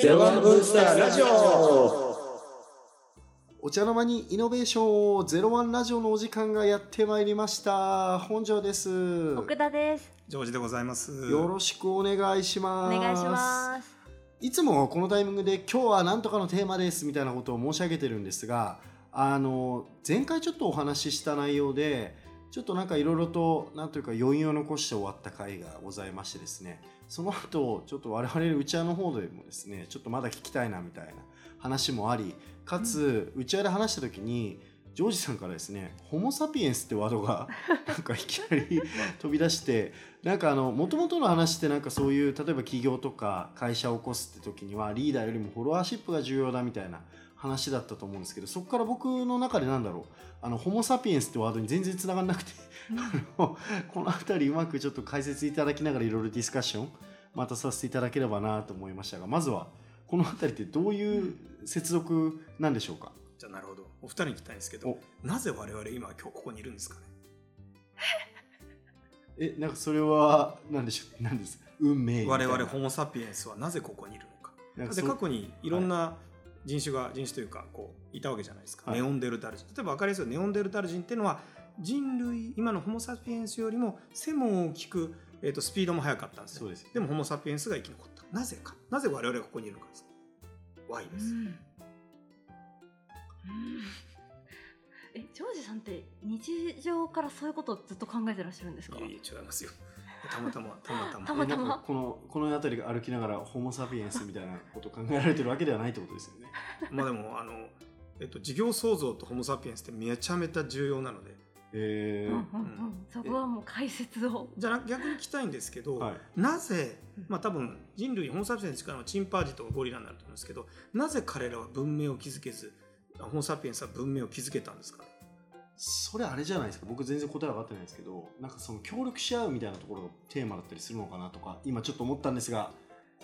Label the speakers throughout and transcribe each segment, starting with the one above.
Speaker 1: ゼロワンブースターラジオ
Speaker 2: お茶の間にイノベーションゼロワンラジオのお時間がやってまいりました。本庄です。よ
Speaker 3: 奥田です。
Speaker 4: ジョージでございます。
Speaker 2: ろしくお願いし
Speaker 3: お
Speaker 2: ます。
Speaker 3: 願いします。
Speaker 2: いつもこのタイミングで今日はなんとかのテーマですみたいなことを申し上げてるんですが、あの前回ちょっとお話しした内容で、ちょっとなんかいろいろとなんというか余韻を残して終わった回がございましてですね、その後ちょっと我々の内輪の方でもですね、ちょっとまだ聞きたいなみたいな話もあり、かつ内輪で話した時に。ジョージさんからですね「ホモ・サピエンス」ってワードがなんかいきなり飛び出してなんかあの元々の話ってなんかそういう例えば起業とか会社を起こすって時にはリーダーよりもフォロワーシップが重要だみたいな話だったと思うんですけどそこから僕の中でなんだろうあのホモ・サピエンスってワードに全然つながんなくてあのこの辺りうまくちょっと解説いただきながらいろいろディスカッションまたさせていただければなと思いましたがまずはこの辺りってどういう接続なんでしょうか、
Speaker 4: じゃあなるほど。お二人に聞きたいんですけど
Speaker 2: お、
Speaker 4: なぜ我々今今日ここにいるんですかね。
Speaker 2: えなんかそれは何でしょう何です運命みたい
Speaker 4: 我
Speaker 2: な
Speaker 4: 々ホモサピエンスはなぜここにいるのか。
Speaker 2: なんか
Speaker 4: で
Speaker 2: そう
Speaker 4: 過去にいろんな人種が人種というかこういたわけじゃないですか。
Speaker 2: はい
Speaker 4: ネオンデルタル人。例えば分かりやすいネオンデルタル人っていうのは人類今のホモサピエンスよりも背も大きく、えー、とスピードも速かったんです
Speaker 2: そう
Speaker 4: ね。
Speaker 2: です
Speaker 4: でもホモサピエンスが生き残った。なぜか。なぜ我々がここにいるのかです。Y です。
Speaker 3: え、ジョージさんって日常からそういうことをずっと考えてらっしゃるんですか
Speaker 4: いやいや違いますよ。たまたまたまたま。
Speaker 3: たまたま
Speaker 2: なんかこのこの辺り歩きながらホモ・サピエンスみたいなこと考えられてるわけではないってことですよね。
Speaker 4: まあでもあの、えっと、事業創造とホモ・サピエンスってめちゃめちゃ重要なので
Speaker 2: え
Speaker 3: うんうん
Speaker 2: ー
Speaker 3: うん、そこはもう解説を。
Speaker 4: じゃあ逆に聞きたいんですけど、
Speaker 2: はい、
Speaker 4: なぜ
Speaker 3: うん、
Speaker 4: まあ、多分人類ホモ・サピエンスからのチンパージとゴリラになると思うんですけどなぜ彼らは文明を築けずホモ・サピエンスは文明を築けたんですかね
Speaker 2: それあれじゃないですか僕全然答え分かってないんですけどなんかその協力し合うみたいなところがテーマだったりするのかなとか今ちょっと思ったんですが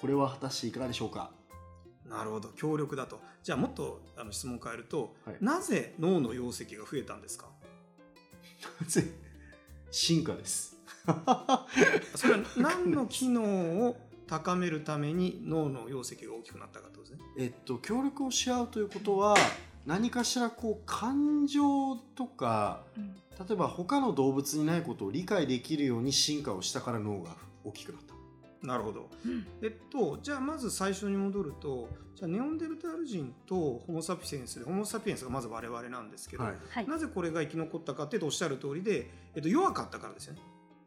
Speaker 2: これは果たしていかがでしょうか
Speaker 4: なるほど協力だとじゃあもっとあの質問を変えると、
Speaker 2: はい
Speaker 4: なぜ脳の容積が増えたんですか
Speaker 2: 進化です。
Speaker 4: それは何の機能を高めるために脳の容積が大きくなったかってことですね
Speaker 2: えっと、協力をし合うということは何かしらこう感情とか
Speaker 3: うん
Speaker 2: 例えば他の動物にないことを理解できるように進化をしたから脳が大きくなった。
Speaker 4: なるほど
Speaker 3: うん
Speaker 4: えっと、じゃあまず最初に戻るとじゃあネオンデルタール人とホモ・サピエンスでホモ・サピエンスがまず我々なんですけど、
Speaker 2: はい
Speaker 3: はい。
Speaker 4: なぜこれが生き残ったかっていうとおっしゃる通りで、えっと、弱かったからですよね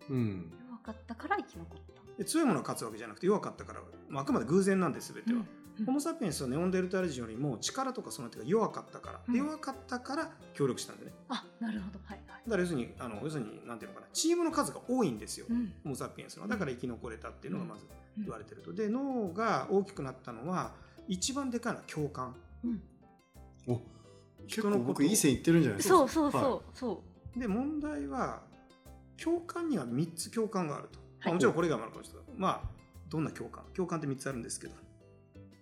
Speaker 2: うん、
Speaker 3: 弱かったから生き残った。
Speaker 4: で強いものが勝つわけじゃなくて弱かったから、まあ、あくまで偶然なんです全ては、
Speaker 3: うん
Speaker 4: ホモ・サピエンスはネオンデルタール人よりも力とかその手が弱かったから、で
Speaker 3: うん
Speaker 4: 弱かったから協力したんでね
Speaker 3: あ、なるほど。はいはい。
Speaker 4: だから要するにあの要するになんていうのかなチームの数が多いんですよ、
Speaker 3: うん
Speaker 4: ホモ・サピエンスのだから生き残れたっていうのがまず
Speaker 3: うん
Speaker 4: 言われてるとで脳が大きくなったのは一番でかいのは共感
Speaker 2: お結
Speaker 4: 人
Speaker 2: 構
Speaker 4: のこと
Speaker 2: 僕いい線いってるんじゃないですか
Speaker 3: そうそう
Speaker 2: は
Speaker 3: そうそ
Speaker 4: で問題は共感には3つ共感があると、まあ
Speaker 3: はい
Speaker 4: もちろんこれがあるかもしれないまあどんな共感共感って3つあるんですけど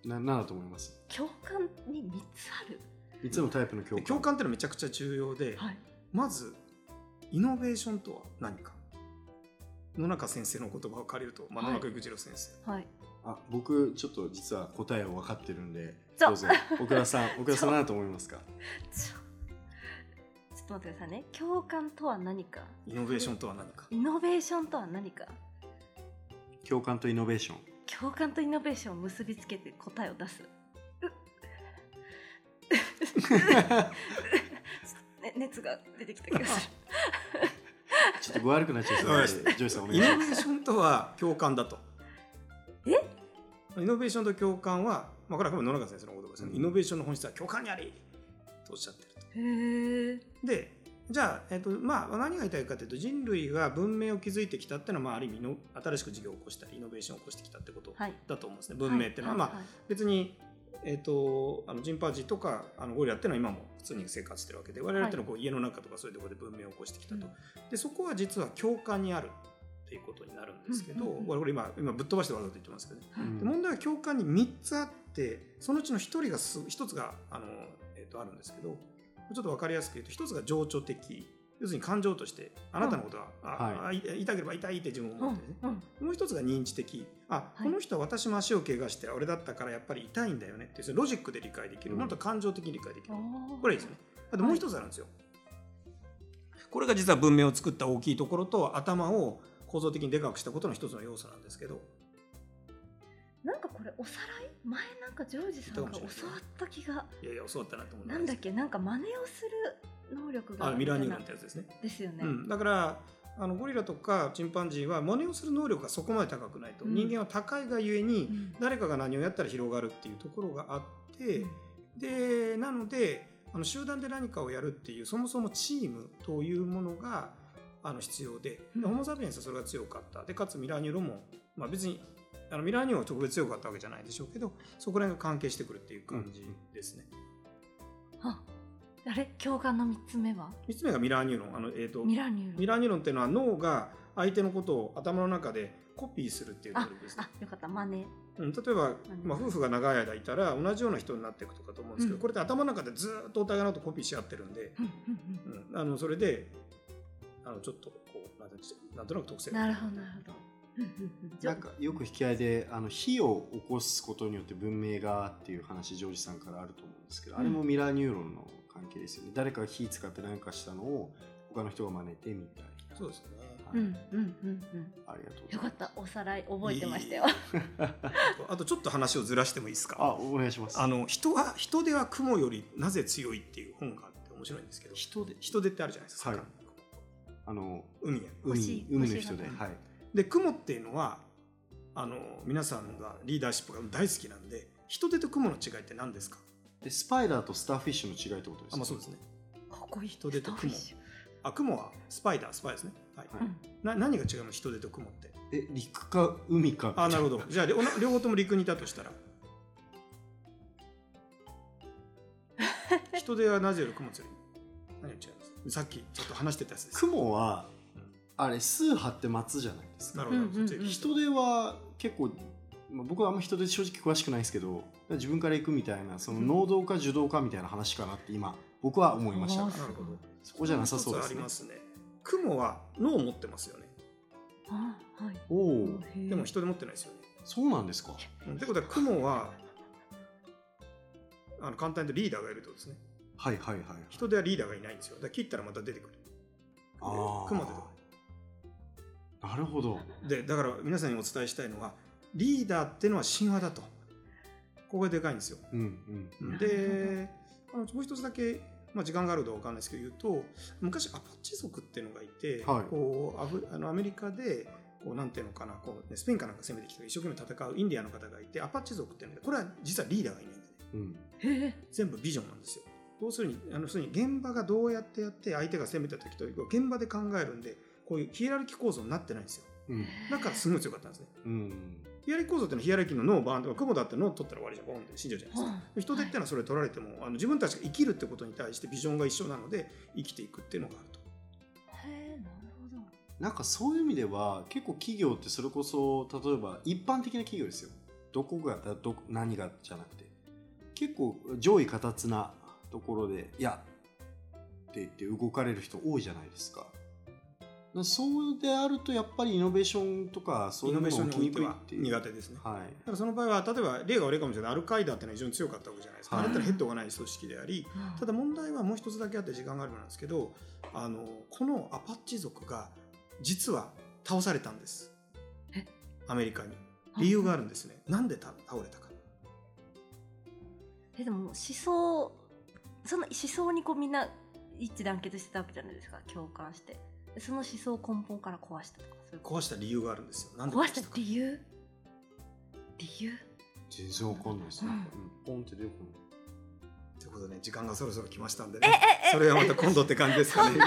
Speaker 2: いななんだと思います
Speaker 3: う。共感に三つある。
Speaker 2: いつもタイプの共
Speaker 4: で
Speaker 2: 感
Speaker 4: 共感ってのはめちゃくちゃ重要で、
Speaker 3: はい。
Speaker 4: まずイノベーションとは何か野中先生の言葉を借りると、まあ、
Speaker 3: は
Speaker 4: 野
Speaker 3: い
Speaker 4: 中育次郎先生、
Speaker 3: はい。
Speaker 2: あ僕ちょっと実は答えを分かってるんで
Speaker 3: そう
Speaker 2: どうぞ奥 田さん奥田さん何だと思いますか
Speaker 3: ちょちょっと待ってくださいね。共感とは何か。
Speaker 4: イノベーションとは何か
Speaker 3: イノベーションとは何か。
Speaker 2: 共感とイノベーション
Speaker 3: 共感とイノベーションを結びつけて答えを出 す。ね、熱が出てきた気がする。
Speaker 2: ちょっと具悪くなっちゃいそうなんでジョイさんお願
Speaker 4: イ
Speaker 2: いし
Speaker 4: ノ
Speaker 2: ま
Speaker 4: ベ
Speaker 2: す
Speaker 4: ーションとは共感だとえイノベーションと共感は、まあ、これは多分野中先生の言葉ですね、
Speaker 2: うん
Speaker 4: イノベーションの本質は共感にありとおっしゃってると
Speaker 3: へえ。
Speaker 4: でじゃあ、えっとまあ、何が言いたいかというと人類が文明を築いてきたっていうのは、まあ、ある意味の新しく事業を起こしたりイノベーションを起こしてきたってこと
Speaker 3: はい。
Speaker 4: だと思うんですね、文明っていうのは、まあ、
Speaker 3: いい
Speaker 4: 別に、えっとあのジンパージーとかあのゴリラっていうのは今も普通に生活してるわけで我々っていうのはこう家の中とかそういうところで文明を起こしてきたと、でそこは実は共感にあるっていうことになるんですけど、
Speaker 3: うんうんうん
Speaker 4: 我々今今ぶっ飛ばしてわざと言ってますけどね
Speaker 2: う
Speaker 3: うん
Speaker 2: ん
Speaker 4: で問題は共感に3つあってそのうちの1人がす1つがあの、えっとあるんですけどちょっと分かりやすく言うと1つが情緒的要するに感情としてあなたのことは、ああい痛ければ痛いって自分を
Speaker 3: う
Speaker 4: 思ってね、
Speaker 3: んうん
Speaker 4: もう一つが認知的あ、
Speaker 3: はい
Speaker 4: この人は私も足を怪我して俺だったからやっぱり痛いんだよねっていうそれロジックで理解できる
Speaker 2: うん
Speaker 4: ものと感情的に理解できる
Speaker 3: あー
Speaker 4: これいいですねあともう一つあるんですよ、これが実は文明を作った大きいところと頭を構造的にでかくしたことの一つの要素なんですけど
Speaker 3: なんかこれおさらい前なんかジョージさんが教わった気が
Speaker 4: いやいや教わったなと思って
Speaker 3: なんだっけなんか真似をする能力が
Speaker 4: あミラーニューロンっ
Speaker 3: み
Speaker 4: て
Speaker 3: たい
Speaker 4: やつですね
Speaker 3: なですよね、
Speaker 4: うん、だからあのゴリラとかチンパンジーは真似をする能力がそこまで高くないと、
Speaker 3: うん
Speaker 4: 人間は高いがゆえ
Speaker 3: う
Speaker 4: に
Speaker 3: ん
Speaker 4: 誰かが何をやったら広がるっていうところがあって、でなのであの集団で何かをやるっていうそもそもチームというものがあの必要で、
Speaker 3: うん
Speaker 4: ホモ・サピエンスはそれが強かったでかつミラーニュロも、まあ、別にあのミラーニュロは特別強かったわけじゃないでしょうけどそこら辺が関係してくるっていう感じですね。
Speaker 3: ああれ共感の3つ目は
Speaker 4: 三つ目がミラーニュロンあの、えーと
Speaker 3: ミラーニューロン
Speaker 4: ミラーニュロンっていうのは脳が相手のことを頭の中でコピーするっていう能力ですね
Speaker 3: あ。よかった真似
Speaker 4: うん、例えば、まあ、
Speaker 3: うん
Speaker 4: 夫婦が長い間いたら同じような人になっていくとかと思うんですけど、
Speaker 3: うん
Speaker 4: これって頭の中でずーっとお互いのことコピーし合ってるんで、
Speaker 3: うんうん
Speaker 4: うん、あのそれであのちょっとこうなんていうのなんとなく特性
Speaker 3: うん
Speaker 4: が
Speaker 3: なるほどなるほどうんうんうんじゃ
Speaker 2: なんかよく引き合いであの火を起こすことによって文明がっていう話ジョージさんからあると思うんですけど、あれもミラーニューロンの関係ですよね誰かが火使って何かしたのを他の人が真似てみたいな
Speaker 4: そうですね
Speaker 2: は
Speaker 3: う
Speaker 2: い
Speaker 3: んうんうんうん
Speaker 2: ありがとうございます
Speaker 3: よかったおさらい覚えてましたよ
Speaker 4: いいあとちょっと話をずらしてもいいです
Speaker 2: あ
Speaker 4: か
Speaker 2: お願いします
Speaker 4: あの人は人手は雲よりなぜ強いっていう本があって面白いんですけど
Speaker 2: 人で
Speaker 4: 人手ってあるじゃないですか、
Speaker 2: はいあの
Speaker 4: 海や
Speaker 2: 海
Speaker 3: 星
Speaker 2: 海の人で、
Speaker 3: 星
Speaker 4: 型
Speaker 2: はい、
Speaker 4: で雲っていうのはあの皆さんがリーダーシップが大好きなんで人手と雲の違いって何ですか
Speaker 2: でスパイダーとスターフィッシュの違いってことです
Speaker 4: あ、まあ、そうですね
Speaker 3: かっこいい
Speaker 4: 人手と雲
Speaker 3: スターフィッシ
Speaker 4: あ雲はスパイダースパイですね、はい
Speaker 2: は
Speaker 3: ュう
Speaker 2: い
Speaker 3: ん
Speaker 4: な何が違うの人手と雲って
Speaker 2: え陸か海か
Speaker 4: あなる ほどじゃあ両両方とも陸にいたとしたら人手はなぜより雲強い何が違いますさっきちょっと話してたやつです
Speaker 2: 雲は
Speaker 4: うん
Speaker 2: あれ数波って松じゃないです
Speaker 4: な
Speaker 2: か
Speaker 4: るほど、
Speaker 3: うんうんうん
Speaker 4: そっち
Speaker 2: 人手は結構、まあ、僕はあんま人手正直詳しくないですけど自分から行くみたいなその能動か受動かみたいな話かなって今僕は思いました
Speaker 3: あ
Speaker 4: なるほど
Speaker 2: そこじゃなさそうで
Speaker 4: もう一つ
Speaker 2: す
Speaker 4: あり
Speaker 2: ね
Speaker 4: ますね雲は脳を持ってますよね
Speaker 3: あはい
Speaker 2: おおー
Speaker 4: でも人手持ってないですよね、
Speaker 2: そうなんですか
Speaker 4: うんってことは雲はあの簡単に言うとリーダーがいるってことですね
Speaker 2: はいはいはい
Speaker 4: 人手はリーダーがいないんですよだから切ったらまた出てくる
Speaker 2: あ
Speaker 4: 雲出てくる
Speaker 2: あなるほど
Speaker 4: でだから皆さんにお伝えしたいのはリーダーってのは神話だとここがでかいんですよ
Speaker 2: うんうん
Speaker 3: なるほど
Speaker 4: であのもう一つだけ、まあ、時間があるかわかんないですけど言うと昔アパッチ族っていうのがいて、
Speaker 2: はい
Speaker 4: こうアフあのアメリカでこうなんていうのかなこう、ね、スペインかなんか攻めてきて一生懸命戦うインディアンの方がいてアパッチ族っていうのがこれは実はリーダーがいないんでね
Speaker 2: うん
Speaker 3: へえ
Speaker 4: 全部ビジョンなんですよ。要するにあの要するに現場がどうやってやって相手が攻めた時と現場で考えるんでこういうヒエラルキー構造になってないんですよ
Speaker 2: うん
Speaker 4: だからすごい強かったんですね。
Speaker 2: うん
Speaker 4: ヒエラルキー構造っていうのはヒエラルキーの脳をバーンとか雲だって脳を取ったら終わりじゃんボーンって死んじゃうじゃないですか。人手っていうのはそれ取られても、あの自分たちが生きるってことに対してビジョンが一緒なので生きていくっていうのがあると。
Speaker 3: はいへえなるほど
Speaker 2: なんかそういう意味では結構企業ってそれこそ例えば一般的な企業ですよどこがだど何がじゃなくて結構上位かたつなところでいやって言って動かれる人多いじゃないですかなそうであるとやっぱりイノベーションとかそうい
Speaker 4: イノ
Speaker 2: う
Speaker 4: ベ
Speaker 2: の
Speaker 4: ーション
Speaker 2: が起
Speaker 4: にお
Speaker 2: き
Speaker 4: い
Speaker 2: に
Speaker 4: て
Speaker 2: くいっ
Speaker 4: は
Speaker 2: ていう
Speaker 4: 苦手ですね。
Speaker 2: はい
Speaker 4: だからその場合は例えば例が悪いかもしれないアルカイダっていうのは非常に強かったわけじゃないですか。
Speaker 2: はい
Speaker 4: あれだったらヘッドがない組織であり、た
Speaker 3: だ
Speaker 4: だ問題はもう一つだけあって時間があるんですけど、あのこのアパッチ族が実は倒されたんです
Speaker 3: え。
Speaker 4: アメリカに理由があるんですね。なんでた倒れたか。
Speaker 3: えでも思想その思想にこうみんな一致団結してたわけじゃないですか共感してでその思想を根本から壊したとかそういうこ
Speaker 4: 壊した理由があるんですよ。なん
Speaker 3: と壊
Speaker 4: で
Speaker 3: した
Speaker 4: か
Speaker 3: 理由理由
Speaker 2: 全然わかんないですね、うんポンって出てこない
Speaker 4: ということでね時間がそろそろ来ましたんでね。それはまた今度って感じですかね。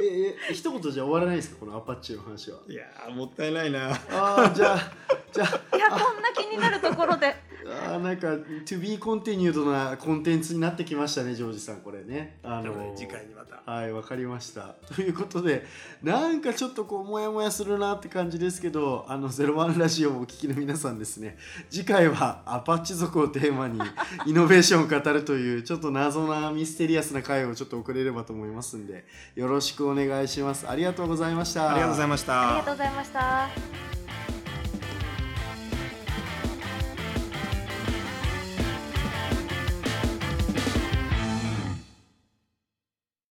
Speaker 2: ええ一言じゃ終わらないですかこのアパッチの話はい
Speaker 4: やーもったいないな。
Speaker 2: ああじゃあじゃあ
Speaker 3: いやこんな気になるところで
Speaker 2: あーなんか To be continued なコンテンツになってきましたねジョージさんこれね。あ
Speaker 4: な
Speaker 2: の
Speaker 4: ので次回にまた。
Speaker 2: はいわかりました。ということでなんかちょっとこうモヤモヤするなって感じですけど「あのゼロワンラジオ」をお聞きの皆さんですね次回はアパッチ族をテーマに イノベーションを語るというちょっと謎なミステリアスな回をちょっと送れればと思いますんでよろしくお願いします。ありがとうございました。
Speaker 4: ありがとうございました。
Speaker 3: ありがとうございました。